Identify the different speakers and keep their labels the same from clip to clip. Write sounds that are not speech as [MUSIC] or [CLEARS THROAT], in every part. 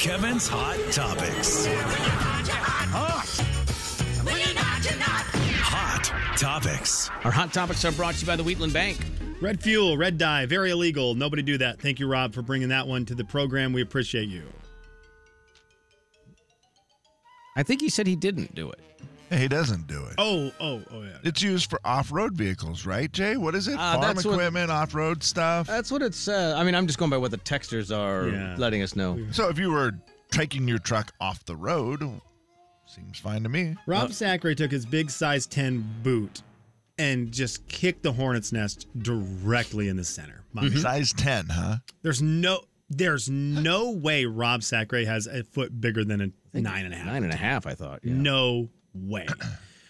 Speaker 1: Kevin's Hot Topics. Hot Topics.
Speaker 2: Our hot topics are brought to you by the Wheatland Bank.
Speaker 3: Red fuel, red dye, very illegal. Nobody do that. Thank you, Rob, for bringing that one to the program. We appreciate you.
Speaker 2: I think he said he didn't do it.
Speaker 4: He doesn't do it.
Speaker 3: Oh, oh, oh, yeah.
Speaker 4: It's used for off-road vehicles, right, Jay? What is it?
Speaker 2: Uh,
Speaker 4: Farm
Speaker 2: that's what- Uh,
Speaker 4: equipment, off-road stuff.
Speaker 2: That's what it says. I mean, I'm just going by what the texters are
Speaker 3: Yeah.
Speaker 2: letting us know.
Speaker 4: so if you were taking your truck off the road, seems fine to me.
Speaker 3: Rob Sacre took his big size 10 boot and just kicked the hornet's nest directly in the center. My
Speaker 2: Mm-hmm.
Speaker 3: man.
Speaker 4: Size 10, huh?
Speaker 3: There's no there's no way Rob Sacre has a foot bigger than a nine and a half.
Speaker 2: Nine and a half, I thought. Yeah.
Speaker 3: No
Speaker 2: [CLEARS THROAT]
Speaker 3: way.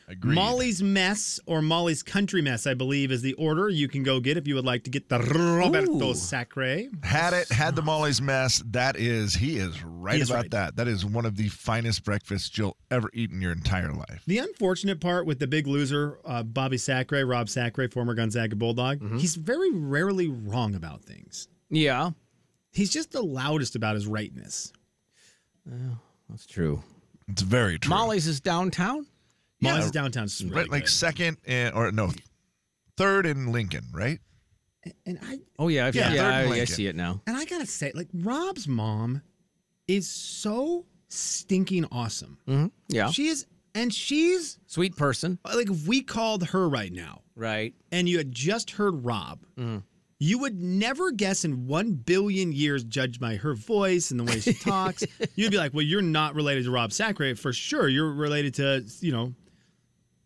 Speaker 4: Agreed.
Speaker 3: Molly's Mess or Molly's Country Mess, I believe, is the order you can go get if you would like to get the Roberto
Speaker 2: Ooh.
Speaker 3: Sacre.
Speaker 4: Had it, had the Molly's mess. That is, he is right
Speaker 3: He is
Speaker 4: about
Speaker 3: right.
Speaker 4: that. That is one of the finest breakfasts you'll ever eat in your entire life.
Speaker 3: The unfortunate part with the big loser, uh, Bobby Sacre, Rob Sacre, former Gonzaga Bulldog,
Speaker 4: Mm-hmm.
Speaker 3: he's very rarely wrong about things.
Speaker 2: Yeah,
Speaker 3: He's just the loudest about his rightness.
Speaker 2: that's true.
Speaker 4: It's very true.
Speaker 2: Molly's is downtown.
Speaker 4: Yeah.
Speaker 3: Molly's downtown is really
Speaker 4: right, like
Speaker 3: good.
Speaker 4: second in, or no, third in Lincoln, right?
Speaker 3: and I
Speaker 2: Oh yeah, I've-
Speaker 3: Yeah,
Speaker 2: yeah,
Speaker 4: third
Speaker 2: I- I,
Speaker 4: blanket.
Speaker 2: see it now.
Speaker 3: and I gotta say, like Rob's mom is so stinking awesome.
Speaker 4: Mm-hmm.
Speaker 2: Yeah,
Speaker 3: She is, and she's
Speaker 2: sweet person,
Speaker 3: like, if we called her right now,
Speaker 2: right?
Speaker 3: and you had just heard Rob.
Speaker 2: Mm.
Speaker 3: You would never guess in one billion years, judged by her voice and the way
Speaker 2: [LAUGHS]
Speaker 3: she talks. You'd be like, "Well, you're not related to Rob Sacre for sure. You're related to, you know,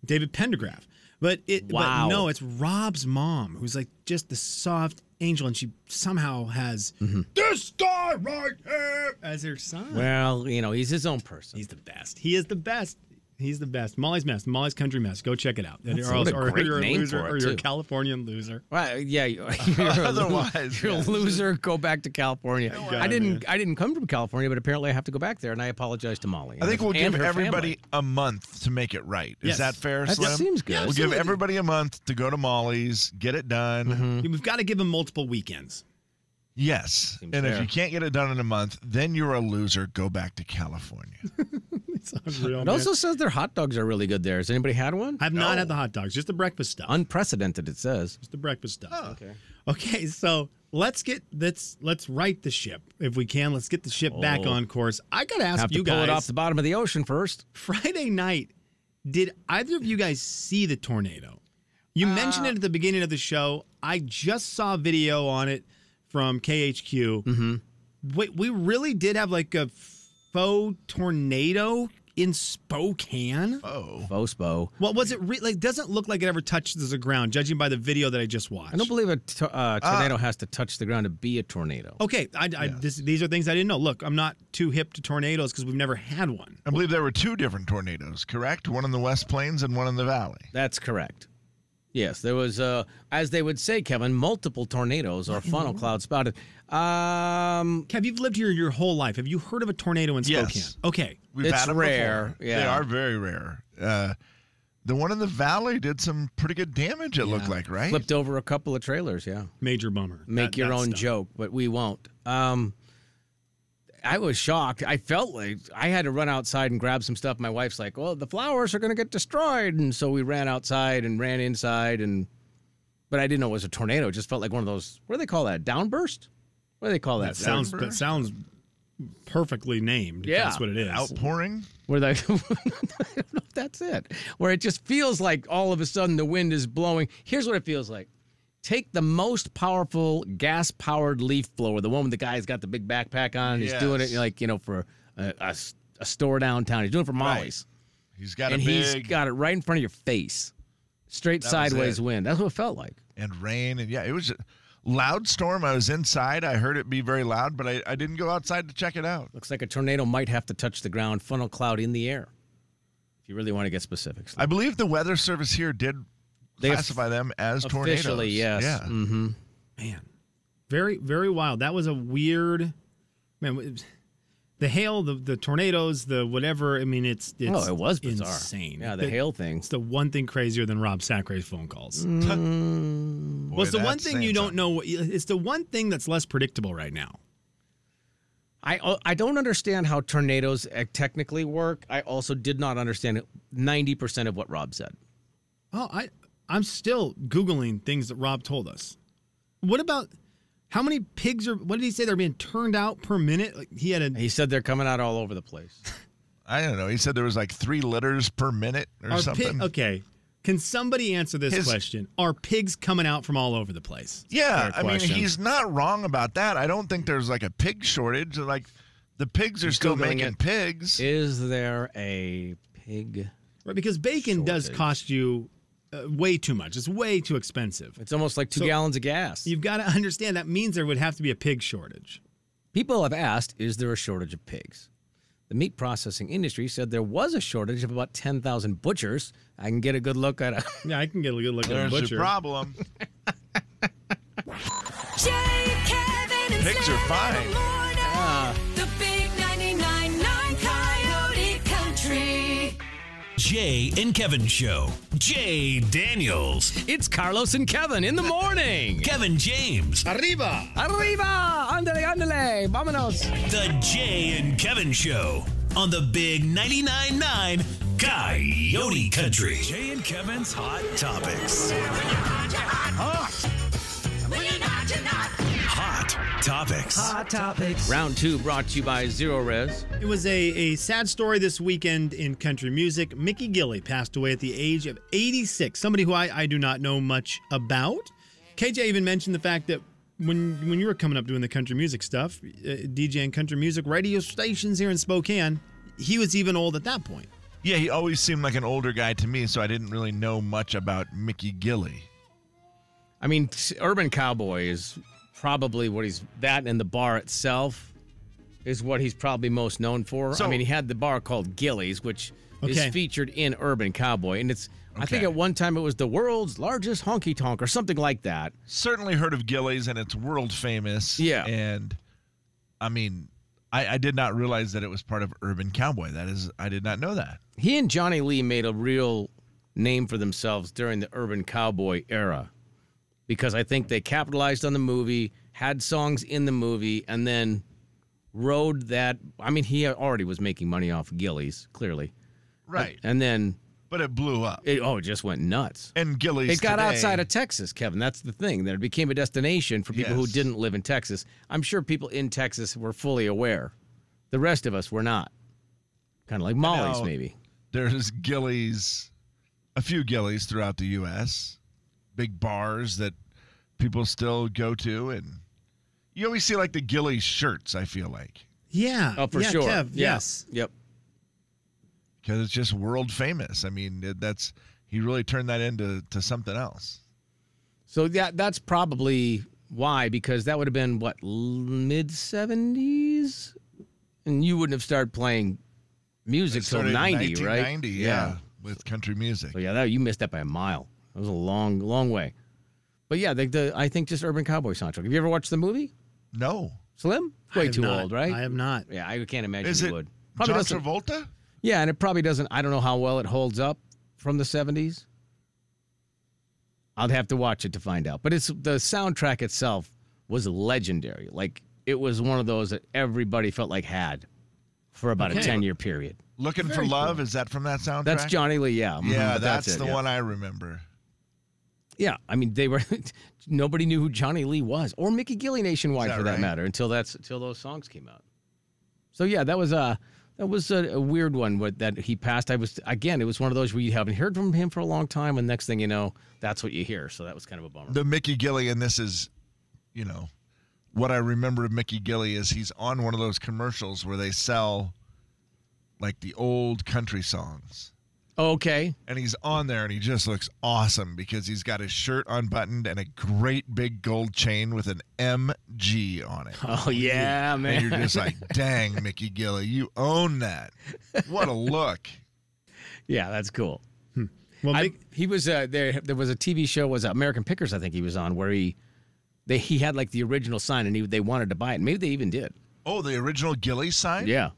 Speaker 3: David Pendergraph." But it,
Speaker 2: Wow.
Speaker 3: but no, it's Rob's mom who's like just the soft angel, and she somehow has this guy right here as her son.
Speaker 2: Mm-hmm. Well, you know, he's his own person.
Speaker 3: He's the best. He is the best. He's the best. Molly's Mess, Molly's Country Mess. Go check it out.
Speaker 2: That's-
Speaker 3: or
Speaker 2: what a
Speaker 3: or
Speaker 2: great
Speaker 3: you're a
Speaker 2: name
Speaker 3: loser,
Speaker 2: for it,
Speaker 3: or you're a
Speaker 2: too.
Speaker 3: Californian loser.
Speaker 2: Well, yeah. you- You're a
Speaker 4: [LAUGHS] Otherwise,
Speaker 2: lo- you're
Speaker 4: yes.
Speaker 2: a loser. Go back to California. I
Speaker 3: God,
Speaker 2: didn't.
Speaker 3: man.
Speaker 2: I didn't come from California, but apparently I have to go back there, and I apologize to Molly.
Speaker 4: I think we'll
Speaker 2: and
Speaker 4: give
Speaker 2: her
Speaker 4: everybody
Speaker 2: family.
Speaker 4: a month to make it right.
Speaker 3: Yes.
Speaker 4: Is that fair,
Speaker 2: That
Speaker 4: Slim?
Speaker 2: seems good.
Speaker 4: We'll give everybody a month to go to Molly's, get it done.
Speaker 2: Mm-hmm.
Speaker 3: We've got to give him multiple weekends.
Speaker 4: Yes.
Speaker 2: Seems
Speaker 4: and if
Speaker 2: fair.
Speaker 4: you can't get it done in a month, then you're a loser. Go back to California.
Speaker 3: [LAUGHS] It's unreal.
Speaker 2: It also says their hot dogs are really good there. Has anybody had one?
Speaker 3: I've not had the hot dogs, just the breakfast stuff.
Speaker 2: Unprecedented, it says.
Speaker 3: just the breakfast stuff. Oh, okay. Okay, so let's get let's let's right the ship if we can. Let's get the ship back
Speaker 2: Oh.
Speaker 3: on course. I gotta ask
Speaker 2: have to
Speaker 3: you
Speaker 2: pull
Speaker 3: guys.
Speaker 2: it off the bottom of the ocean first.
Speaker 3: Friday night, did either of you guys see the tornado? You mentioned it at the beginning of the show. I just saw a video on it from KHQ. Mm-hmm. We, we really did have like a faux tornado in Spokane.
Speaker 4: Oh.
Speaker 2: Fosbo.
Speaker 3: Well, was it re- like? Doesn't look like it ever touches the ground, judging by the video that I just watched.
Speaker 2: I don't believe a to- uh, tornado has to touch the ground to be a tornado.
Speaker 3: okay, I, I, this, these are things I didn't know. Look, I'm not too hip to tornadoes because we've never had one.
Speaker 4: I believe there were two different tornadoes, correct? One in the West Plains and one in the Valley.
Speaker 2: That's correct. Yes, there was, uh, as they would say, Kevin, multiple tornadoes or funnel clouds spotted. Um,
Speaker 3: Kev, you've lived here your whole life. Have you heard of a tornado in Spokane?
Speaker 4: Yes.
Speaker 3: Okay,
Speaker 4: We've
Speaker 2: It's
Speaker 4: had 'em
Speaker 2: rare,
Speaker 4: before. They
Speaker 2: yeah.
Speaker 4: are very rare. Uh, the one in the Valley did some pretty good damage, it looked like, right?
Speaker 2: flipped over a couple of trailers, yeah.
Speaker 3: major bummer.
Speaker 2: Make
Speaker 3: That-
Speaker 2: your
Speaker 3: that
Speaker 2: own
Speaker 3: stuff.
Speaker 2: joke, but we won't. Um, I was shocked. I felt like I had to run outside and grab some stuff. My wife's like, "Well, the flowers are going to get destroyed," and so we ran outside and ran inside, and but I didn't know it was a tornado. It just felt like one of those. What do they call that? Downburst? What do they call that?
Speaker 3: That sounds that sounds perfectly named. if
Speaker 2: Yeah.
Speaker 3: that's what it is.
Speaker 4: Outpouring.
Speaker 2: Where they, [LAUGHS] I don't know if that's it. Where it just feels like all of a sudden the wind is blowing. Here's what it feels like. Take the most powerful gas powered leaf blower, the one with the guy's got the big backpack on. He's doing it
Speaker 4: Yes.
Speaker 2: like, you know, for a, a s- a store downtown. He's doing it for Molly's.
Speaker 4: He's got
Speaker 2: And
Speaker 4: a
Speaker 2: he's
Speaker 4: big
Speaker 2: got it right in front of your face. Straight
Speaker 4: That was
Speaker 2: sideways
Speaker 4: it.
Speaker 2: wind. That's what it felt like.
Speaker 4: and rain and yeah, it was a loud storm. I was inside. I heard it be very loud, but I, I didn't go outside to check it out.
Speaker 2: Looks like a tornado might have to touch the ground, funnel cloud in the air. If you really want to get specifics.
Speaker 4: I believe the weather service here did
Speaker 2: They have-
Speaker 4: classify them as tornadoes.
Speaker 2: Officially, yes.
Speaker 4: Yeah.
Speaker 2: hmm
Speaker 3: Man, very very wild. That was a weird man. it was- The hail, the the tornadoes, the whatever. I mean, it's, it's
Speaker 2: Oh, it was bizarre.
Speaker 3: insane.
Speaker 2: Yeah, the
Speaker 3: It-
Speaker 2: hail thing.
Speaker 3: It's the one thing crazier than Rob Sacre's phone calls.
Speaker 4: Boy,
Speaker 3: well, it's the one
Speaker 4: Mm. that's
Speaker 3: thing you
Speaker 4: saying
Speaker 3: don't
Speaker 4: something.
Speaker 3: know. It's the one thing that's less predictable right now.
Speaker 2: I uh, I don't understand how tornadoes uh, technically work. I also did not understand ninety percent of what Rob said.
Speaker 3: Oh, I I'm still googling things that Rob told us. What about how many pigs are? What did he say they're being turned out per minute? Like he had a
Speaker 2: He said they're coming out all over the place.
Speaker 4: I don't know. He said there was like three litters per minute or
Speaker 3: are
Speaker 4: something.
Speaker 3: pig- okay. Can somebody answer this
Speaker 4: His-
Speaker 3: question? Are pigs coming out from all over the place?
Speaker 4: Yeah,
Speaker 3: Fair
Speaker 4: I mean,
Speaker 3: question.
Speaker 4: he's not wrong about that. I don't think there's like a pig shortage. Like the pigs are still
Speaker 2: Googling
Speaker 4: making
Speaker 2: it.
Speaker 4: pigs.
Speaker 2: Is there a pig?
Speaker 3: Right, because bacon does
Speaker 2: Shortage.
Speaker 3: cost you uh, way too much. It's way too expensive.
Speaker 2: It's almost like two
Speaker 3: So-
Speaker 2: gallons of gas.
Speaker 3: You've got to understand that means there would have to be a pig shortage.
Speaker 2: People have asked, is there a shortage of pigs? The meat processing industry said there was a shortage of about 10,000 butchers. I can get a good look at a. [LAUGHS]
Speaker 3: Yeah, I can get a good look at a
Speaker 4: there's
Speaker 3: butcher.
Speaker 4: a problem.
Speaker 5: Jay, Kevin, and
Speaker 4: Pigs are
Speaker 5: Slim
Speaker 4: fine.
Speaker 5: in the morning. The big 99.9 Coyote Country.
Speaker 1: Jay and Kevin Show. Jay Daniels.
Speaker 2: It's Carlos and Kevin in the morning.
Speaker 1: Kevin James.
Speaker 3: Arriba!
Speaker 2: Arriba! Andale, andale! Vamanos!
Speaker 1: The Jay and Kevin Show on the Big 99.9 9 Coyote Country. Jay and Kevin's Hot Topics. Hot Topics.
Speaker 2: Round two brought to you by Zero Res.
Speaker 3: It was a, a sad story this weekend in country music. Mickey Gilly passed away at the age of 86, somebody who I, I do not know much about. KJ even mentioned the fact that when when you were coming up doing the country music stuff, uh, DJing country music radio stations here in Spokane, he was even old at that point.
Speaker 4: Yeah, he always seemed like an older guy to me, so I didn't really know much about Mickey Gilly.
Speaker 2: I mean, s- Urban Cowboy is probably what he's. That and the bar itself is what he's probably most known for. I
Speaker 4: So-
Speaker 2: mean, he had the bar called Gillies, which
Speaker 3: Okay.
Speaker 2: is featured in Urban Cowboy. And it's. I think
Speaker 4: Okay.
Speaker 2: at one time it was the world's largest honky tonk or something like that.
Speaker 4: Certainly heard of Gillies, and it's world famous.
Speaker 2: Yeah.
Speaker 4: and I mean, I, I did not realize that it was part of Urban Cowboy. That is, I did not know that.
Speaker 2: He and Johnny Lee made a real name for themselves during the Urban Cowboy era because I think they capitalized on the movie, had songs in the movie, and then rode that. I mean, he already was making money off Gillies, clearly.
Speaker 4: Right,
Speaker 2: And then
Speaker 4: but it blew up,
Speaker 2: it oh, it just went nuts.
Speaker 4: and Gillies.
Speaker 2: It got
Speaker 4: today-
Speaker 2: outside of Texas, Kevin. That's the thing. That it became a destination for people who
Speaker 4: Yes.
Speaker 2: didn't live in Texas. I'm sure people in Texas were fully aware. The rest of us were not. Kind of like Molly's,
Speaker 4: know.
Speaker 2: maybe.
Speaker 4: there's gillies a few gillies throughout the us big bars that people still go to and you always see like the gillies shirts i feel like
Speaker 3: Yeah.
Speaker 2: Oh, for
Speaker 3: yeah,
Speaker 2: sure.
Speaker 3: Kev,
Speaker 2: Yeah.
Speaker 3: Yes.
Speaker 2: Yep.
Speaker 4: because it's just world famous i mean it- that's he really turned that into to something else
Speaker 2: So that that's probably why, because that would have been what mid seventies, and you wouldn't have started playing music till
Speaker 4: Started in
Speaker 2: ninety, right?
Speaker 4: 1990, yeah, with country music
Speaker 2: So yeah, that, you missed that by a mile. That was a long, long way. But yeah, the, the I think just Urban Cowboy soundtrack. Have you ever watched the movie
Speaker 4: no
Speaker 2: Slim?
Speaker 3: I
Speaker 2: Way
Speaker 3: have
Speaker 2: too
Speaker 3: not.
Speaker 2: old, right?
Speaker 3: I have not.
Speaker 2: yeah, I can't imagine
Speaker 4: is
Speaker 2: you
Speaker 4: it
Speaker 2: would.
Speaker 4: john
Speaker 2: Probably doesn't.
Speaker 4: travolta
Speaker 2: Yeah, and it probably doesn't. I don't know how well it holds up from the seventies. I'd have to watch it to find out. But it's the soundtrack itself was legendary. Like it was one of those that everybody felt like had for about a
Speaker 3: Okay.
Speaker 2: ten year period.
Speaker 4: looking for love is that from that soundtrack
Speaker 2: That's Johnny Lee. Yeah, mhm, [LAUGHS]
Speaker 4: yeah
Speaker 2: but
Speaker 4: that's,
Speaker 2: it,
Speaker 4: the
Speaker 2: yeah.
Speaker 4: one i remember
Speaker 2: Yeah, I mean they were. [LAUGHS] nobody knew who Johnny Lee was, or Mickey Gilly nationwide
Speaker 4: Is that
Speaker 2: for that
Speaker 4: right?
Speaker 2: matter, until that's until those songs came out. So yeah, that was a that was a, a weird one with, that he passed. I was again, it was one of those where you haven't heard from him for a long time, and next thing you know, that's what you hear. So that was kind of a bummer.
Speaker 4: the Mickey Gilly, and this is, you know, what I remember of Mickey Gilly is he's on one of those commercials where they sell like the old country songs.
Speaker 2: okay,
Speaker 4: And he's on there and he just looks awesome because he's got his shirt unbuttoned and a great big gold chain with an MG on it.
Speaker 2: oh yeah,
Speaker 4: And you're
Speaker 2: man.
Speaker 4: just like, dang, Mickey Gilly, you own that. What a look.
Speaker 2: [LAUGHS] yeah, that's cool.
Speaker 3: Well,
Speaker 2: I-
Speaker 3: Mick-
Speaker 2: he was uh, there. There was a TV show was American Pickers, I think he was on, where he they he had like the original sign, and he they wanted to buy it. Maybe they even did.
Speaker 4: Oh, the original Gilly sign?
Speaker 2: Yeah.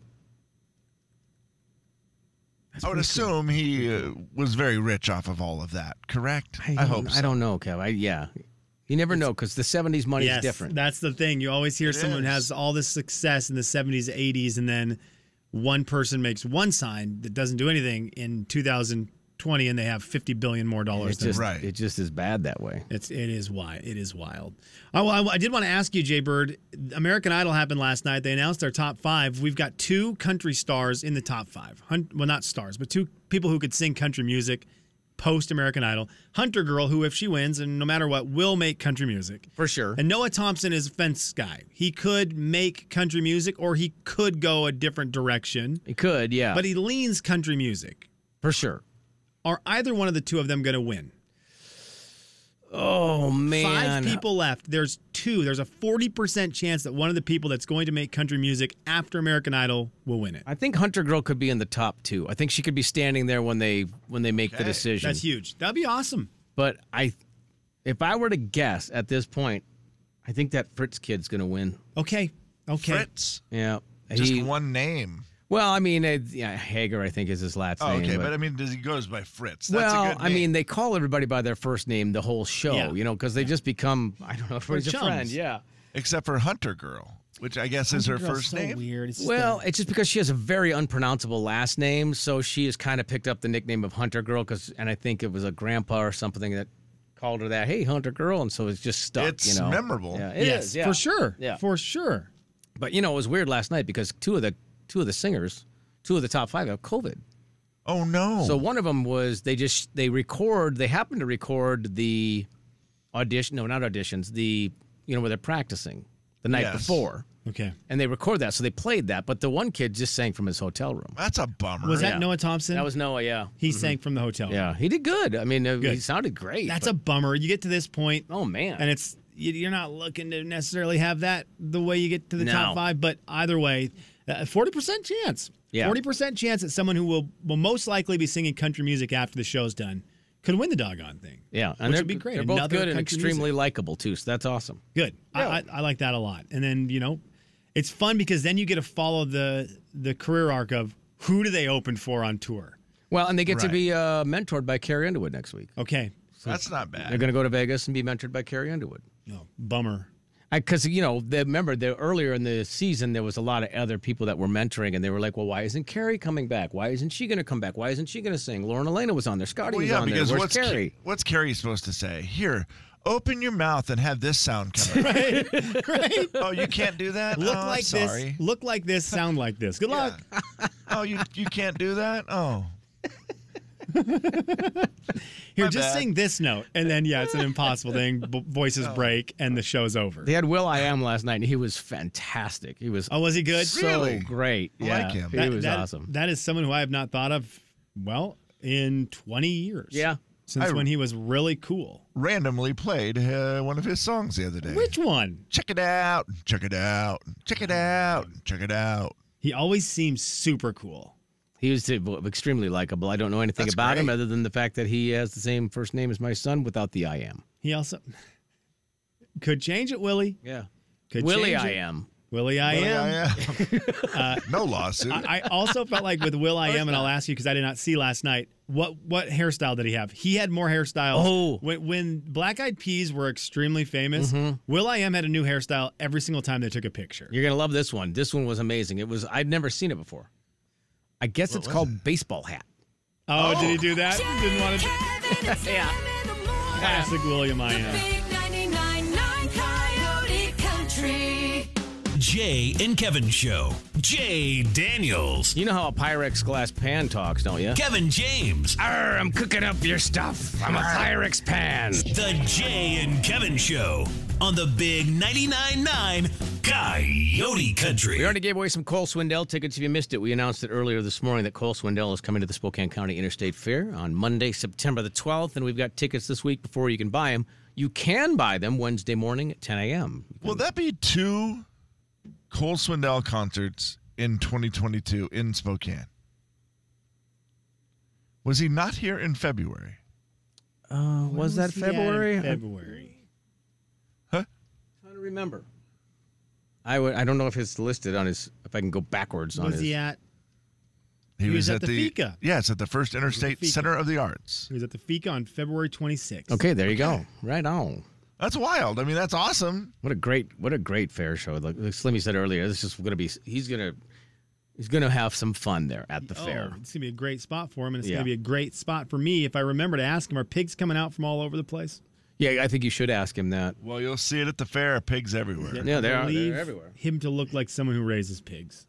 Speaker 4: I would assume he uh, was very rich off of all of that, correct? I, hope
Speaker 2: don't-
Speaker 4: so.
Speaker 2: I don't know, Kev. I, yeah, You never know because the 70s money is different.
Speaker 3: That's the thing. You always hear someone
Speaker 4: is.
Speaker 3: has all this success in the 70s, 80s, and then one person makes one sign that doesn't do anything in 2020 and they have 50 billion more dollars
Speaker 2: it's
Speaker 3: than
Speaker 2: just,
Speaker 4: Right.
Speaker 2: It just is bad that way.
Speaker 3: it's it is wild. It is wild. I, I, I did want to ask you, Jay Bird. American Idol happened last night. They announced our top five. We've got two country stars in the top five. Hun- well, not stars, but two people who could sing country music post American Idol. Hunter Girl, who if she wins, and no matter what, will make country music.
Speaker 2: For sure.
Speaker 3: And Noah Thompson is a fence guy. He could make country music, or he could go a different direction.
Speaker 2: It could, yeah.
Speaker 3: But he leans country music.
Speaker 2: for sure.
Speaker 3: Are either one of the two of them going to win?
Speaker 2: Oh, man.
Speaker 3: Five people left. There's two. There's a 40% chance that one of the people that's going to make country music after American Idol will win it.
Speaker 2: I think Hunter Girl could be in the top two. I think she could be standing there when they when they make the decision.
Speaker 3: That's huge. That'd be awesome.
Speaker 2: But I, if I were to guess at this point, I think that Fritz kid's going to win.
Speaker 3: Okay. Okay.
Speaker 4: Fritz.
Speaker 2: Yeah.
Speaker 4: Just
Speaker 2: He-
Speaker 4: one name.
Speaker 2: Well, I mean, it, yeah, Hager, I think, is his last
Speaker 4: Oh,
Speaker 2: name.
Speaker 4: okay, but I mean, does he goes by Fritz? That's
Speaker 2: well,
Speaker 4: a good
Speaker 2: I mean, they call everybody by their first name the whole show,
Speaker 3: Yeah.
Speaker 2: you know, because they just become, I don't know, everybody's a
Speaker 3: chums.
Speaker 2: friend. Yeah.
Speaker 4: except for Hunter Girl, which I guess is her first name.
Speaker 3: Weird.
Speaker 2: Well, it's just because she has a very unpronounceable last name, so she has kind of picked up the nickname of Hunter Girl. Because, and I think it was a grandpa or something that called her that. Hey, Hunter Girl, and so it's just stuck.
Speaker 4: It's
Speaker 2: you know?
Speaker 4: memorable.
Speaker 2: Yeah, it is,
Speaker 3: yes,
Speaker 2: yeah.
Speaker 3: for sure.
Speaker 2: Yeah.
Speaker 3: For sure.
Speaker 2: But you know, it was weird last night because two of the two of the singers, two of the top five, have COVID.
Speaker 4: Oh no!
Speaker 2: So one of them was they just they record they happen to record the audition no not auditions the you know where they're practicing the night
Speaker 4: Yes.
Speaker 2: before
Speaker 3: Okay.
Speaker 2: and they record that so they played that but the one kid just sang from his hotel room
Speaker 4: that's a bummer.
Speaker 3: Was that
Speaker 2: Yeah.
Speaker 3: Noah Thompson?
Speaker 2: that was Noah yeah
Speaker 3: he sang from the hotel.
Speaker 2: yeah he did good I mean uh he
Speaker 3: Good.
Speaker 2: sounded great
Speaker 3: That's a bummer. You get to this point,
Speaker 2: oh man
Speaker 3: and it's you- you're not looking to necessarily have that the way you get to the
Speaker 2: No.
Speaker 3: top five. But either way, uh, forty percent chance,
Speaker 2: Yeah.
Speaker 3: forty percent chance that someone who will will most likely be singing country music after the show's done could win the doggone thing.
Speaker 2: yeah and
Speaker 3: which
Speaker 2: they're
Speaker 3: would be great.
Speaker 2: they're both
Speaker 3: Another
Speaker 2: good and
Speaker 3: country
Speaker 2: extremely likable too so that's awesome
Speaker 3: Good. I, I, I like that a lot. And then you know, it's fun because then you get to follow the the career arc of who do they open for on tour.
Speaker 2: well and they get to
Speaker 4: Right.
Speaker 2: be uh, mentored by Carrie Underwood next week
Speaker 3: Okay.
Speaker 4: That's not
Speaker 2: they're
Speaker 4: bad.
Speaker 2: going to go to Vegas and be mentored by Carrie Underwood.
Speaker 3: No Oh, bummer.
Speaker 2: because you know they, remember the, earlier in the season there was a lot of other people that were mentoring and they were like well why isn't carrie coming back why isn't she going to come back why isn't she going to sing lauren elena was on there scotty
Speaker 4: Well,
Speaker 2: was
Speaker 4: yeah,
Speaker 2: on
Speaker 4: because
Speaker 2: there where's
Speaker 4: what's Ca-
Speaker 2: carrie
Speaker 4: what's Carrie supposed to say? Here, open your mouth and have this sound
Speaker 3: [LAUGHS]
Speaker 4: come out.
Speaker 3: Right?
Speaker 4: oh, you can't do that.
Speaker 3: Look
Speaker 4: oh, I'm
Speaker 3: like
Speaker 4: sorry.
Speaker 3: this. Look like this. Sound like this. Good luck.
Speaker 4: Oh, you you can't do that. Oh,
Speaker 3: Here,
Speaker 4: My
Speaker 3: just
Speaker 4: bad. Oh.
Speaker 3: sing this note, and then yeah, it's an impossible thing. B- voices break, and the show's over.
Speaker 2: they had will i am last night and he was fantastic he was
Speaker 3: Oh, was he good?
Speaker 2: so
Speaker 4: Really?
Speaker 2: great
Speaker 4: I
Speaker 2: yeah
Speaker 4: like him.
Speaker 2: he
Speaker 3: That-
Speaker 2: was
Speaker 3: that-
Speaker 2: awesome
Speaker 3: That is someone who I have not thought of well in 20 years.
Speaker 2: Yeah.
Speaker 3: since
Speaker 4: I-
Speaker 3: when he was really cool.
Speaker 4: randomly played uh, one of his songs the other day.
Speaker 3: Which one?
Speaker 4: Check it out. Check it out. Check it out. Check it out.
Speaker 3: He always seems super cool.
Speaker 2: he was uh, extremely likable i don't know anything
Speaker 4: That's
Speaker 2: about him
Speaker 4: great.
Speaker 2: other than the fact that he has the same first name as my son without the i am
Speaker 3: He also [LAUGHS] could change it, Willie.
Speaker 2: yeah
Speaker 3: Could
Speaker 2: willie
Speaker 3: change
Speaker 2: i
Speaker 3: it.
Speaker 2: am
Speaker 3: Willie, I
Speaker 4: Really,
Speaker 3: am. [LAUGHS]
Speaker 4: I am. no lawsuit.
Speaker 3: Um, uh, I, I also felt like with Will I Am, and I'll ask you because I did not see last night. What what hairstyle did he have? He had more hairstyles.
Speaker 2: Oh. Mm-hmm.
Speaker 3: when, when Black Eyed Peas were extremely famous, Will I Am had a new hairstyle every single time they took a picture.
Speaker 2: You're gonna love this one. This one was amazing. It was I'd never seen it before. I guess it's called baseball hat.
Speaker 3: Oh, did he do that? Didn't want to. [LAUGHS]
Speaker 5: Kevin, and Slim in the morning.
Speaker 3: Classic William I
Speaker 5: The
Speaker 3: Am.
Speaker 5: big 99.9 Coyote Country.
Speaker 1: Jay and Kevin Show. Jay Daniels.
Speaker 2: You know how a Pyrex glass pan talks, don't you?
Speaker 1: Kevin James.
Speaker 2: Arr, I'm cooking up your stuff. I'm a Pyrex pan.
Speaker 1: The Jay and Kevin Show on the Big 99.9 9 Coyote Country.
Speaker 2: We already gave away some Cole Swindell tickets. If you missed it, we announced it earlier this morning that Cole Swindell is coming to the Spokane County Interstate Fair on Monday, September the 12th, and we've got tickets this week before you can buy them. You can buy them Wednesday morning at 10 a.m.
Speaker 4: Will that be two Cole Swindell concerts in 2022 in Spokane? Was he not here in February?
Speaker 2: Uh, was that
Speaker 3: He had in
Speaker 2: February? I
Speaker 3: February.
Speaker 2: trying to remember. I would. I don't know if it's listed on his. If I can go backwards on
Speaker 3: Was
Speaker 2: his.
Speaker 3: he at? He was at the Fika.
Speaker 4: Yes, at the First Interstate
Speaker 3: Fika.
Speaker 4: Center of the Arts.
Speaker 3: He was at the Fika on February 26th.
Speaker 2: okay, there you go. Right on.
Speaker 4: That's wild. I mean, that's awesome.
Speaker 2: What a great what a great fair show. Like, like Slimmy said earlier, this is going to be he's going to he's going to have some fun there at the fair.
Speaker 3: Oh, it's gonna be a great spot for him, and it's
Speaker 2: Yeah.
Speaker 3: gonna be a great spot for me if I remember to ask him. Are pigs coming out from all over the place?
Speaker 2: Yeah, I think you should ask him that.
Speaker 4: Well, you'll see it at the fair. Pigs everywhere.
Speaker 2: Yeah, they are
Speaker 3: Leave
Speaker 2: they're everywhere.
Speaker 3: Him to look like someone who raises pigs.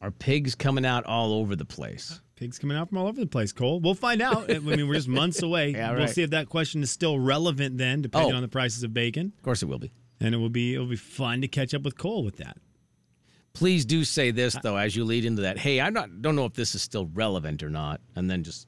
Speaker 2: Are pigs coming out all over the place?
Speaker 3: Pigs coming out from all over the place, Cole. We'll find out. I mean, we're
Speaker 2: [LAUGHS]
Speaker 3: just months away.
Speaker 2: Yeah,
Speaker 3: We'll
Speaker 2: right.
Speaker 3: see if that question is still relevant then, depending
Speaker 2: Oh.
Speaker 3: on the prices of bacon.
Speaker 2: Of course it will be.
Speaker 3: And it will be it'll be fun to catch up with Cole with that.
Speaker 2: Please do say this though as you lead into that. Hey, I'm not don't know if this is still relevant or not and then just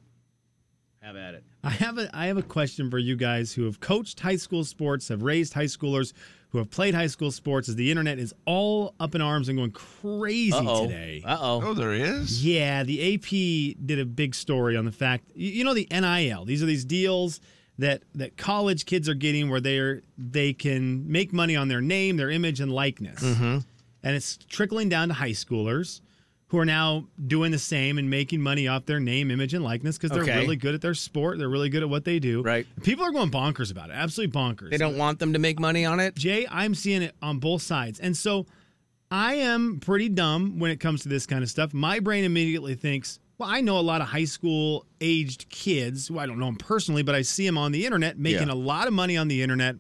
Speaker 2: have at it.
Speaker 3: I have a I have a question for you guys who have coached high school sports, have raised high schoolers, who have played high school sports. As the internet is all up in arms and going crazy
Speaker 2: Uh-oh.
Speaker 3: today.
Speaker 2: Uh-oh.
Speaker 4: Oh, there is.
Speaker 3: Yeah, the AP did a big story on the fact. You you know the NIL. These are these deals that that college kids are getting where they're they can make money on their name, their image, and likeness.
Speaker 2: Mm-hmm.
Speaker 3: And it's trickling down to high schoolers who are now doing the same and making money off their name, image, and likeness because they're
Speaker 2: Okay.
Speaker 3: really good at their sport. They're really good at what they do.
Speaker 2: Right.
Speaker 3: People are going bonkers about it. Absolutely bonkers.
Speaker 2: They don't want them to make money on it?
Speaker 3: Jay, I'm seeing it on both sides. And so I am pretty dumb when it comes to this kind of stuff. My brain immediately thinks, well, I know a lot of high school aged kids who I don't know them personally, but I see them on the internet making
Speaker 2: Yeah.
Speaker 3: a lot of money on the internet.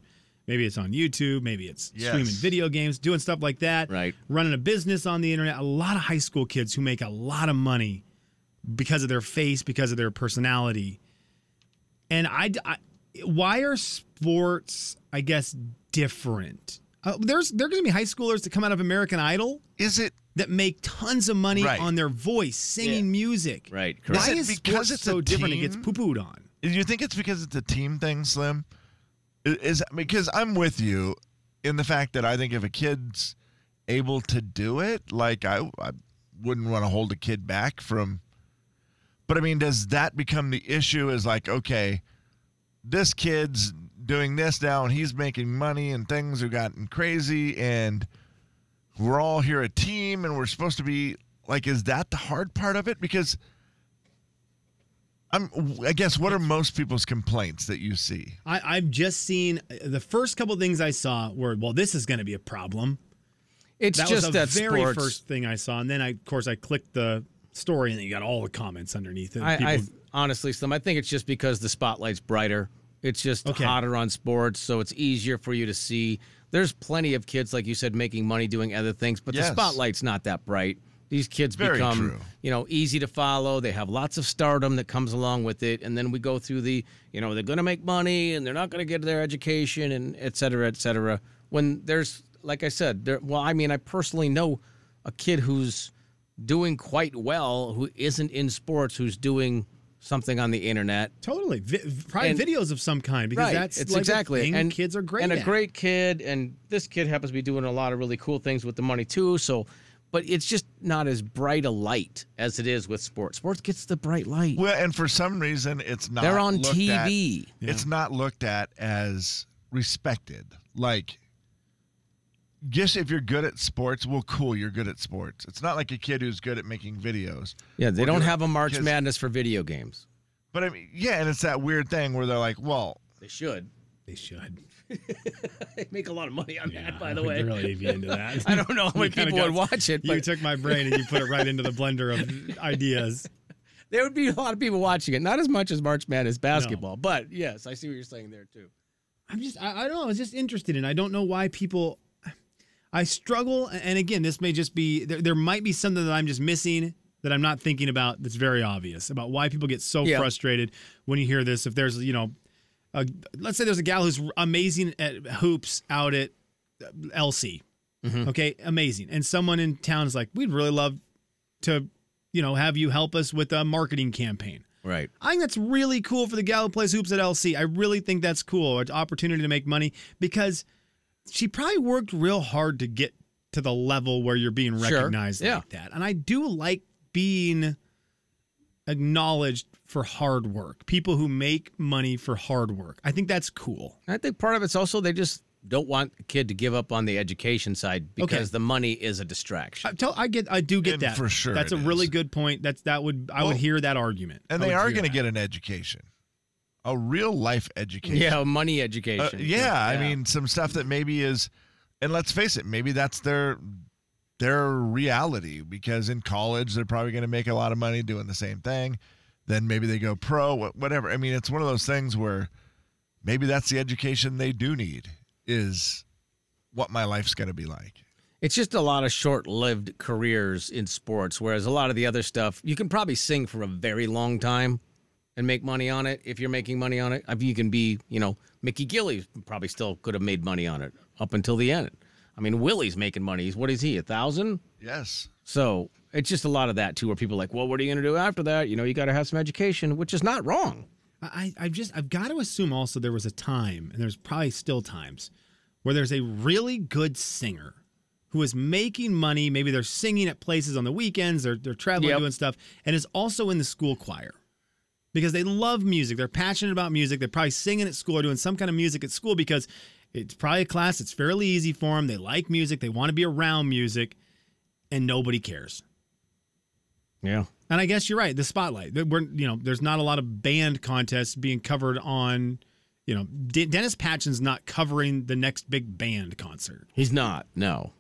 Speaker 3: Maybe it's on YouTube, maybe it's
Speaker 4: Yes.
Speaker 3: streaming video games, doing stuff like that,
Speaker 2: Right.
Speaker 3: running a business on the internet. A lot of high school kids who make a lot of money because of their face, because of their personality. And I, I- why are sports, I guess, different? Uh, there's there are going to be high schoolers that come out of American Idol
Speaker 4: Is it?
Speaker 3: that make tons of money
Speaker 4: Right.
Speaker 3: on their voice, singing
Speaker 2: Yeah.
Speaker 3: music.
Speaker 2: Right, correct.
Speaker 3: Why
Speaker 4: Is it
Speaker 3: is,
Speaker 4: because
Speaker 3: sports
Speaker 4: it's a
Speaker 3: so different? It gets
Speaker 4: team?
Speaker 3: poo pooed on.
Speaker 4: Do you think it's because it's a team thing, Slim? I- Is because I'm with you in the fact that I think if a kid's able to do it, like I, I wouldn't want to hold a kid back from. But I mean, does that become the issue? Is like, okay, this kid's doing this now, and he's making money, and things have gotten crazy, and we're all here a team, and we're supposed to be like, is that the hard part of it? Because I'm, I guess, what are most people's complaints that you see?
Speaker 3: I, I've just seen uh, the first couple things I saw were, well, this is going to be a problem.
Speaker 2: It's
Speaker 3: That
Speaker 2: just
Speaker 3: was the
Speaker 2: that
Speaker 3: very
Speaker 2: sports
Speaker 3: first thing I saw, and then I, of course, I clicked the story, and then you got all the comments underneath it.
Speaker 2: I, I
Speaker 3: People-
Speaker 2: honestly, Slim, I think it's just because the spotlight's brighter. It's just
Speaker 3: Okay.
Speaker 2: hotter on sports, so it's easier for you to see. There's plenty of kids, like you said, making money doing other things, but
Speaker 4: Yes.
Speaker 2: the spotlight's not that bright. These kids
Speaker 4: Very
Speaker 2: become,
Speaker 4: true.
Speaker 2: you know, easy to follow. They have lots of stardom that comes along with it, and then we go through the, you know, they're going to make money and they're not going to get their education and et cetera, et cetera. When there's, like I said, there. Well, I mean, I personally know a kid who's doing quite well who isn't in sports who's doing something on the internet
Speaker 3: Totally, Vi- probably
Speaker 2: And-
Speaker 3: videos of some kind because that's
Speaker 2: it's
Speaker 3: like
Speaker 2: exactly
Speaker 3: a thing
Speaker 2: and
Speaker 3: kids are great
Speaker 2: and a
Speaker 3: at.
Speaker 2: great kid and this kid happens to be doing a lot of really cool things with the money too so but it's just not as bright a light as it is with sports sports gets the bright light
Speaker 4: Well, and for some reason, it's not.
Speaker 2: They're on
Speaker 4: looked at-
Speaker 2: TV.
Speaker 4: It's not looked at as respected. Like, just if you're good at sports, well, cool, you're good at sports. It's not like a kid who's good at making videos.
Speaker 2: yeah they
Speaker 4: Or
Speaker 2: don't
Speaker 4: good-
Speaker 2: have a march
Speaker 4: because-
Speaker 2: madness for video games
Speaker 4: But I mean, yeah, and it's that weird thing where they're like, well,
Speaker 2: they should
Speaker 3: They should.
Speaker 2: [LAUGHS] they make a lot of money on
Speaker 3: Yeah,
Speaker 2: that by
Speaker 3: I
Speaker 2: the
Speaker 3: would
Speaker 2: way
Speaker 3: really be into that.
Speaker 2: [LAUGHS] i don't know how
Speaker 3: You
Speaker 2: many
Speaker 3: kinda
Speaker 2: people would
Speaker 3: got-
Speaker 2: watch it
Speaker 3: You
Speaker 2: but
Speaker 3: took my brain and you put it right into the
Speaker 2: [LAUGHS]
Speaker 3: blender of ideas.
Speaker 2: there would be a lot of people watching it not as much as march madness basketball but yes i see what you're saying there too
Speaker 3: I'm just, I, I don't know. I was just interested in. I don't know why people. I struggle, and again, this may just be there. There might be something that I'm just missing that I'm not thinking about. That's very obvious about why people get so
Speaker 2: Yeah.
Speaker 3: frustrated when you hear this. If there's, you know, a, let's say there's a gal who's amazing at hoops out at Elsie, okay, amazing, and someone in town is like, we'd really love to, you know, have you help us with a marketing campaign.
Speaker 2: right
Speaker 3: I think that's really cool for the gal who plays hoops at LC. I really think that's cool. It's an opportunity to make money because she probably worked real hard to get to the level where you're being
Speaker 2: Sure.
Speaker 3: recognized
Speaker 2: Yeah.
Speaker 3: like that. And I do like being acknowledged for hard work. People who make money for hard work. I think that's cool.
Speaker 2: I think part of it's also they just don't want a kid to give up on the education side because the money is a distraction.
Speaker 3: I, tell, I get I do get
Speaker 4: And
Speaker 3: that.
Speaker 4: for sure
Speaker 3: That's a
Speaker 4: it
Speaker 3: really
Speaker 4: is.
Speaker 3: good point. That's that would I
Speaker 4: Well,
Speaker 3: would hear that argument.
Speaker 4: and
Speaker 3: I
Speaker 4: they
Speaker 3: would
Speaker 4: are
Speaker 3: hear
Speaker 4: going to
Speaker 3: that.
Speaker 4: get an education. a real life education.
Speaker 2: Yeah, money
Speaker 4: Uh,
Speaker 2: education.
Speaker 4: yeah, I mean some stuff that maybe is, and let's face it, maybe that's their their reality because in college they're probably going to make a lot of money doing the same thing. Then maybe they go pro, wha- whatever. I mean, it's one of those things where maybe that's the education they do need is what my life's going to be like.
Speaker 2: It's just a lot of short-lived careers in sports, whereas a lot of the other stuff you can probably sing for a very long time and make money on it. If you're making money on it, I mean, you can be, you know, Mickey Gillies probably still could have made money on it up until the end. I mean, Willie's making money. He's what is he? A thousand?
Speaker 4: Yes.
Speaker 2: So it's just a lot of that too, where people are like, well, what are you going to do after that? You know, you got to have some education, which is not wrong.
Speaker 3: I, I- I've just I've got to assume also there was a time, and there's probably still times, where there's a really good singer who is making money. Maybe they're singing at places on the weekends, they're they're traveling
Speaker 2: Yep.
Speaker 3: doing stuff, and is also in the school choir. Because they love music. They're passionate about music. They're probably singing at school or doing some kind of music at school because it's probably a class that's fairly easy for them. They like music. They want to be around music, and nobody cares.
Speaker 2: Yeah.
Speaker 3: And I guess you're right. The spotlight. That We're you know, there's not a lot of band contests being covered on. You know, De- Dennis Patchen's not covering the next big band concert,
Speaker 2: He's not. No.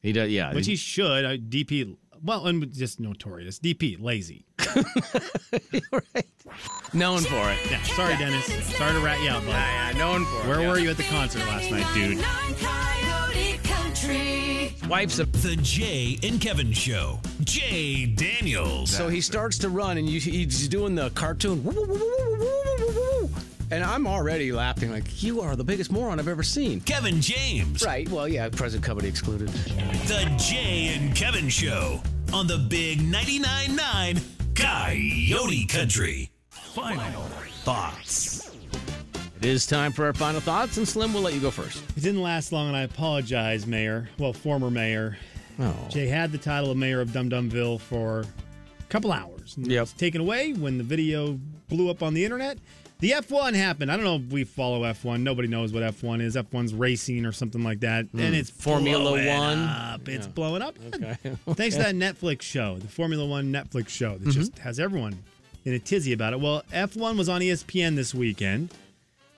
Speaker 2: He does. Yeah.
Speaker 3: which he should. Uh, DP, well, and just notorious. DP, lazy.
Speaker 2: known for it.
Speaker 3: Yeah, sorry, Dennis. Sorry to rat you out,
Speaker 2: [LAUGHS]
Speaker 3: bud.
Speaker 2: Yeah, known for it.
Speaker 3: Where
Speaker 2: yeah.
Speaker 3: were you at the concert last night, dude?
Speaker 5: Coyote Country.
Speaker 2: Wipes a
Speaker 1: The Jay and Kevin Show. Jay Daniels.
Speaker 2: So he starts to run, and you, he's doing the cartoon. And I'm already laughing, like, you are the biggest moron I've ever seen.
Speaker 1: Kevin James.
Speaker 2: Right, well, yeah, present company excluded.
Speaker 1: The Jay and Kevin Show on the Big 99.9 9 Coyote Country. Final thoughts.
Speaker 2: It is time for our final thoughts, and Slim, we'll let you go first.
Speaker 3: It didn't last long, and I apologize, Mayor. Well, former Mayor.
Speaker 2: Oh.
Speaker 3: Jay had the title of mayor of Dum Dumville for a couple hours. And it
Speaker 2: Yep.
Speaker 3: was taken away when the video blew up on the internet. The F1 happened. I don't know if we follow F1. Nobody knows what F1 is. F1's racing or something like that. And it's
Speaker 2: Hmm. Formula
Speaker 3: blowing
Speaker 2: One.
Speaker 3: Up. It's blowing up.
Speaker 2: [LAUGHS]
Speaker 3: [LAUGHS] Thanks to that Netflix show, the Formula One Netflix show
Speaker 2: Mm-hmm.
Speaker 3: that just has everyone in a tizzy about it. Well, F1 was on E ESPN this weekend,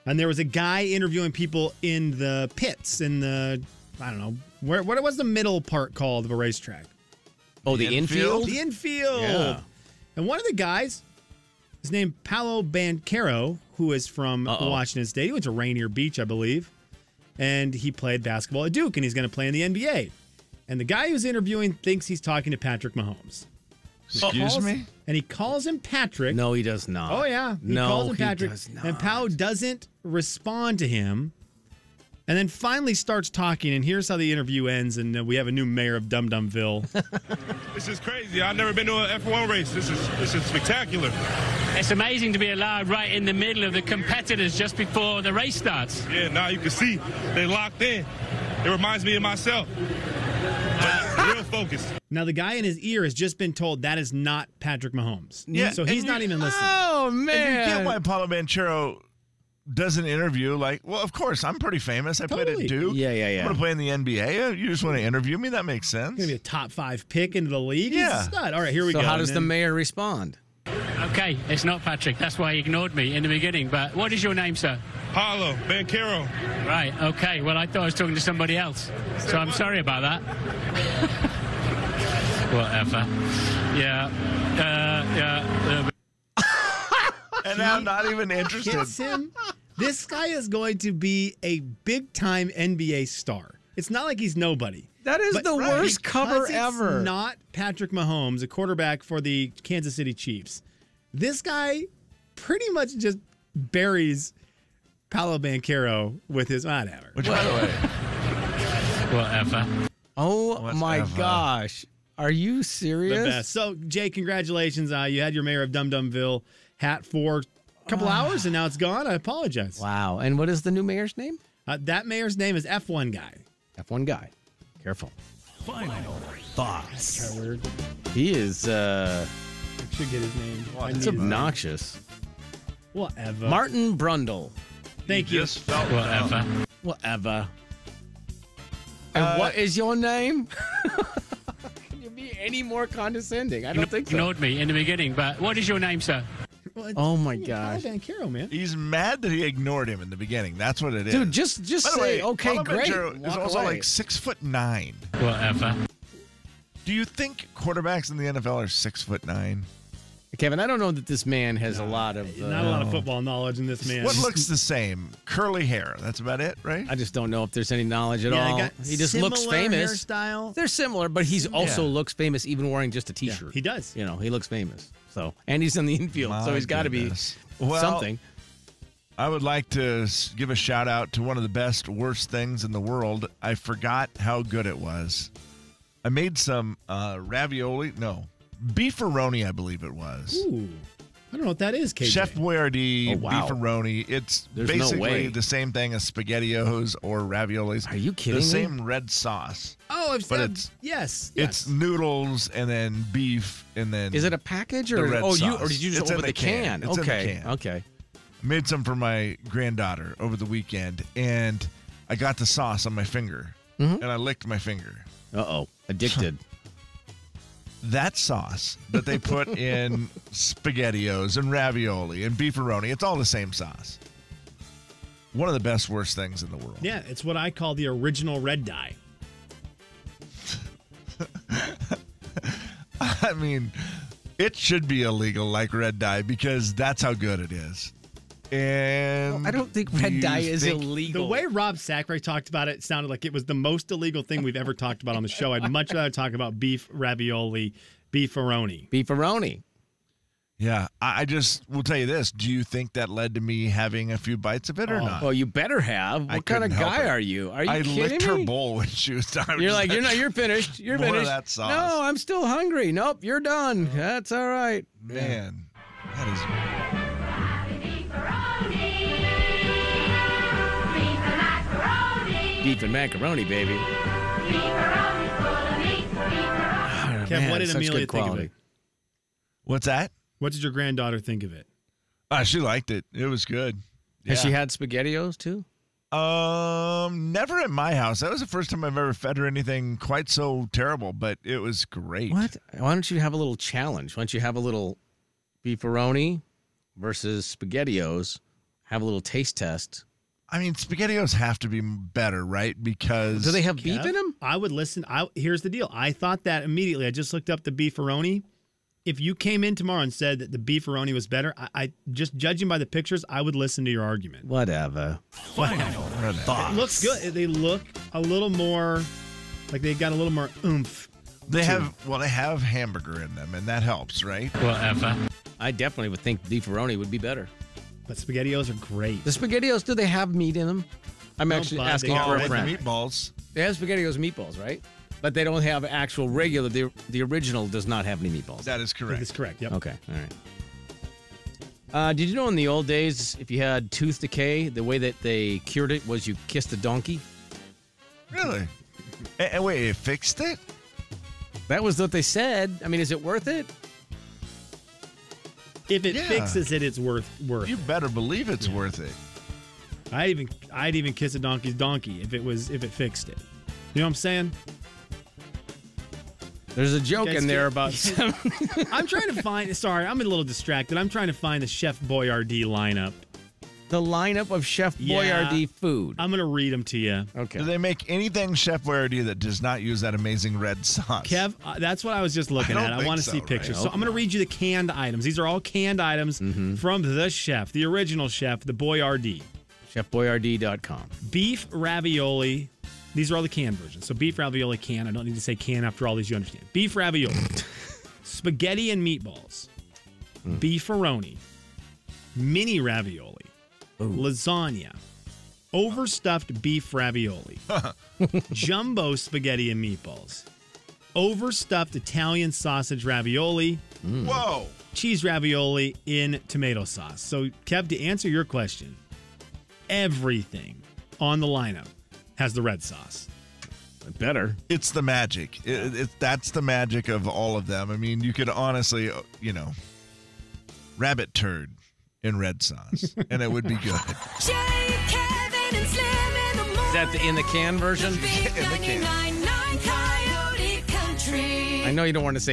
Speaker 3: and there was a guy interviewing people in the pits, in the, I don't know, where, what was the middle part called of a racetrack?
Speaker 2: Oh, the, infield?
Speaker 4: infield?
Speaker 3: The infield.
Speaker 2: Yeah.
Speaker 3: And one of the guys is named Paolo Banquero, who is from
Speaker 2: Uh-oh.
Speaker 3: Washington State. He went to Rainier Beach, I believe. And he played basketball at Duke, and he's going to play in the NBA. And the guy who's interviewing thinks he's talking to Patrick Mahomes.
Speaker 4: Excuse
Speaker 3: Calls-
Speaker 4: me.
Speaker 3: And he calls him Patrick.
Speaker 2: No, he does not.
Speaker 3: Oh yeah. He
Speaker 2: no,
Speaker 3: calls him Patrick.
Speaker 2: he does not.
Speaker 3: And Powell doesn't respond to him. And then finally starts talking, and here's how the interview ends. And uh, we have a new mayor of Dum Dumville.
Speaker 6: This is crazy. I've never been to an F1 race. This is this is spectacular.
Speaker 7: It's amazing to be allowed right in the middle of the competitors just before the race starts.
Speaker 6: Yeah, now you can see they locked in. It reminds me of myself. But real focused.
Speaker 3: Now the guy in his ear has just been told that is not Patrick Mahomes.
Speaker 4: Yeah,
Speaker 3: So he's
Speaker 4: and
Speaker 3: not
Speaker 4: you-
Speaker 3: even listening.
Speaker 2: Oh,
Speaker 4: And you
Speaker 2: man.
Speaker 4: get why Paulo Banchero does an interview like, well, of course, I'm pretty famous. I played
Speaker 3: Totally.
Speaker 4: at Duke.
Speaker 2: Yeah, yeah, yeah.
Speaker 4: I'm going to play in the NBA. You just want to interview me? That makes sense.
Speaker 3: He's gonna be a top five pick into the league. He's a
Speaker 4: Yeah.
Speaker 3: stud. All right, here we
Speaker 2: so
Speaker 3: go.
Speaker 2: how
Speaker 3: And
Speaker 2: does the
Speaker 3: then-
Speaker 2: mayor respond?
Speaker 7: Okay, it's not Patrick. That's why he ignored me in the beginning. But what is your name, sir?
Speaker 6: Paolo, Banquero.
Speaker 7: Right, okay. Well, I thought I was talking to somebody else. So I'm sorry about that. [LAUGHS] Whatever. Yeah. Uh, yeah. uh,
Speaker 4: and I'm not even
Speaker 3: gets
Speaker 4: interested.
Speaker 3: him? this guy is going to be a big time NBA star. It's not like he's nobody.
Speaker 2: That is the
Speaker 3: right,
Speaker 2: worst
Speaker 3: because
Speaker 2: cover
Speaker 3: it's
Speaker 2: ever.
Speaker 3: Not Patrick Mahomes, a quarterback for the Kansas City Chiefs. This guy pretty much just buries Paolo Banquero with his whatever.
Speaker 4: Which, by the way,
Speaker 7: uh, whatever.
Speaker 2: oh, my
Speaker 4: Whatever.
Speaker 2: gosh. Are you serious?
Speaker 3: The best. So, Jay, congratulations. Uh, you had your mayor of Dum Dumville hat for a couple hours, and now it's gone. I apologize.
Speaker 2: Wow. And what is the new mayor's name?
Speaker 3: Uh, that mayor's name is F1 guy.
Speaker 2: F1 guy. Careful.
Speaker 1: Final thoughts.
Speaker 3: Weird.
Speaker 2: He is uh
Speaker 3: I should get his name. I
Speaker 2: it's
Speaker 3: need his name.
Speaker 2: obnoxious.
Speaker 3: Whatever.
Speaker 2: Martin Brundle.
Speaker 3: thank you.
Speaker 4: just felt
Speaker 7: Whatever.
Speaker 2: Whatever. And what is your name? [LAUGHS] Can you be any more condescending? I don't think so.
Speaker 7: Ignored me in the beginning. But what is your name, sir?
Speaker 3: Well, it's-
Speaker 2: Oh, my
Speaker 3: yeah,
Speaker 2: gosh.
Speaker 3: Tyler Van Caro, man.
Speaker 4: He's mad that he ignored him in the beginning. That's what it is.
Speaker 2: Dude, just just
Speaker 4: By the
Speaker 2: say
Speaker 4: way,
Speaker 2: okay,
Speaker 4: Paul
Speaker 2: great.
Speaker 4: Bencaro Is
Speaker 2: walk
Speaker 4: also
Speaker 2: away.
Speaker 4: like six foot nine.
Speaker 7: Whatever.
Speaker 4: Do you think quarterbacks in the NFL are six foot nine?
Speaker 2: Kevin. I don't know that this man has a lot of. Uh,
Speaker 3: Not a lot of football knowledge in this man.
Speaker 4: What looks the same? Curly hair. That's about it, right?
Speaker 2: I just don't know if there's any knowledge at
Speaker 3: Yeah,
Speaker 2: all.
Speaker 3: got
Speaker 2: He just looks
Speaker 3: similar
Speaker 2: famous.
Speaker 3: Hairstyle.
Speaker 2: They're similar, but he's also
Speaker 4: Yeah.
Speaker 2: looks famous even wearing just a
Speaker 3: Yeah,
Speaker 2: t-shirt.
Speaker 3: he does.
Speaker 2: You know, he looks famous. So, and he's in the infield, so
Speaker 4: My
Speaker 2: he's got to be
Speaker 4: goodness. Well,
Speaker 2: something.
Speaker 4: I would like to s- give a shout out to one of the best worst things in the world. I forgot how good it was. I made some uh, ravioli. No, beefaroni, I believe it was.
Speaker 3: Ooh, I don't know what that is, KJ.
Speaker 4: Chef Boyardee
Speaker 2: Oh, wow.
Speaker 4: beefaroni. It's
Speaker 2: There's no
Speaker 4: basically
Speaker 2: way.
Speaker 4: the same thing as spaghettios or raviolis.
Speaker 2: Are you kidding me?
Speaker 4: The
Speaker 2: Uh,
Speaker 4: same red sauce.
Speaker 3: Oh, I've
Speaker 4: But
Speaker 3: I've-
Speaker 4: it's-
Speaker 3: yes,
Speaker 4: It's noodles and then beef and then.
Speaker 2: Is it a package
Speaker 4: The
Speaker 2: or
Speaker 4: red
Speaker 2: oh you
Speaker 4: sauce.
Speaker 2: or did you just
Speaker 4: It's in
Speaker 2: open the
Speaker 4: the
Speaker 2: can?
Speaker 4: can. It's in the
Speaker 2: okay,
Speaker 4: can.
Speaker 2: okay.
Speaker 4: made some for my granddaughter over the weekend and I got the sauce on my finger
Speaker 2: Mm-hmm.
Speaker 4: and I licked my finger.
Speaker 2: Uh oh,
Speaker 4: [LAUGHS]
Speaker 2: addicted.
Speaker 4: That sauce that
Speaker 2: [LAUGHS]
Speaker 4: they put in spaghettios and ravioli and beefaroni, it's all the same sauce. One of the best worst things in the world.
Speaker 3: yeah, it's what I call the original red dye.
Speaker 4: [LAUGHS] I mean, it should be illegal like red dye because that's how good it is. And
Speaker 2: I don't think
Speaker 4: do
Speaker 2: red
Speaker 4: you
Speaker 2: dye is
Speaker 4: think-
Speaker 2: illegal.
Speaker 3: The way Rob Sacre talked about it sounded like it was the most illegal thing we've ever talked about on the show. I'd much rather talk about beef ravioli, beefaroni.
Speaker 2: beefaroni.
Speaker 4: Yeah, I I just will tell you this. Do you think that led to me having a few bites of it or not?
Speaker 2: Well, you better have. What
Speaker 4: I
Speaker 2: kind of
Speaker 4: couldn't help
Speaker 2: guy
Speaker 4: it.
Speaker 2: are you? Are Oh. you
Speaker 4: I
Speaker 2: kidding
Speaker 4: licked
Speaker 2: me?
Speaker 4: her bowl when she was done. I was
Speaker 2: You're
Speaker 4: just
Speaker 2: like, you're not. You're finished. You're
Speaker 4: More of
Speaker 2: finished.
Speaker 4: that sauce.
Speaker 2: No, I'm still hungry. Nope, you're done. That's all right.
Speaker 4: man. That is
Speaker 2: Beef and macaroni, baby.
Speaker 8: Beefaroni.
Speaker 3: Kev, what did Amelia think of it?
Speaker 4: what's that?
Speaker 3: What did your granddaughter think of it?
Speaker 4: Uh, she liked it. It was good.
Speaker 2: Has she
Speaker 4: Yeah.
Speaker 2: had SpaghettiOs too?
Speaker 4: Um, never at my house. That was the first time I've ever fed her anything quite so terrible, but it was great.
Speaker 2: What? Why don't you have a little challenge? Why don't you have a little beefaroni versus SpaghettiOs? Have a little taste test.
Speaker 4: I mean, Spaghettios have to be better, right? Because
Speaker 2: Do they have beef
Speaker 3: Kev,
Speaker 2: in them?
Speaker 3: I would listen. I, here's the deal. I thought that immediately. I just looked up the beefaroni. If you came in tomorrow and said that the beefaroni was better, I, I just judging by the pictures, I would listen to your argument.
Speaker 2: Whatever.
Speaker 1: Final thoughts.
Speaker 3: Looks good. They look a little more like they got a little more oomph.
Speaker 4: they have well, they have hamburger in them, and that helps, right?
Speaker 7: Whatever.
Speaker 2: I definitely would think beefaroni would be better.
Speaker 3: But spaghettios are great.
Speaker 2: The SpaghettiOs, do they have meat in them? I'm
Speaker 3: No,
Speaker 2: actually
Speaker 3: bud,
Speaker 2: asking
Speaker 3: they
Speaker 2: for
Speaker 3: got
Speaker 2: a
Speaker 4: with
Speaker 3: red
Speaker 2: friend.
Speaker 4: meatballs.
Speaker 2: They have SpaghettiOs meatballs, right? But they don't have actual regular. The, the original does not have any meatballs.
Speaker 4: That is correct.
Speaker 3: That's correct. Yep.
Speaker 2: Okay, all right. Uh, did you know in the old days, if you had tooth decay, the way that they cured it was you kissed a donkey?
Speaker 4: Really? And, and wait, it fixed it?
Speaker 2: That was what they said. I mean, is it worth it?
Speaker 3: If it
Speaker 4: Yeah.
Speaker 3: fixes it, it's worth worth.
Speaker 4: You better believe it's worth it.
Speaker 3: I even I'd even kiss a donkey's donkey if it was if it fixed it. You know what I'm saying?
Speaker 2: There's a joke
Speaker 3: Guys,
Speaker 2: in there
Speaker 3: get-
Speaker 2: about [LAUGHS] some.
Speaker 3: I'm
Speaker 4: [LAUGHS]
Speaker 3: trying to find. Sorry, I'm a little distracted. I'm trying to find the Chef Boyardee lineup.
Speaker 2: the lineup of Chef
Speaker 3: Yeah.
Speaker 2: Boyardee food.
Speaker 3: I'm gonna read them to you.
Speaker 2: Okay.
Speaker 4: Do they make anything Chef Boyardee that does not use that amazing red sauce?
Speaker 3: Kev, uh, that's what I was just looking
Speaker 4: I don't
Speaker 3: at. I
Speaker 4: think
Speaker 3: want to
Speaker 4: so,
Speaker 3: see
Speaker 4: right?
Speaker 3: pictures. So
Speaker 4: Nope.
Speaker 3: I'm going to read you the canned items. These are all canned items
Speaker 4: Mm-hmm.
Speaker 3: from the chef, the original chef, the Boyardee.
Speaker 2: ChefBoyardee.com.
Speaker 3: Beef ravioli. These are all the canned versions. So beef ravioli can. I don't need to say can after all these. You understand? Beef ravioli, spaghetti and meatballs, beefaroni, mini ravioli, lasagna, overstuffed beef ravioli, jumbo spaghetti and meatballs, overstuffed Italian sausage ravioli,
Speaker 2: Hmm.
Speaker 4: Whoa.
Speaker 3: cheese ravioli in tomato sauce. So, Kev, to answer your question, everything on the lineup has the red sauce.
Speaker 2: Better.
Speaker 4: It's the magic. It, it, that's the magic of all of them. I mean, you could honestly, uh, you know, rabbit turd in red sauce, and it would be good.
Speaker 5: Jay, Kevin, and Slim in the morning.
Speaker 2: Is that the in the [LAUGHS] can version?
Speaker 5: Big 99.9 Coyote Country.
Speaker 2: I know you don't want to say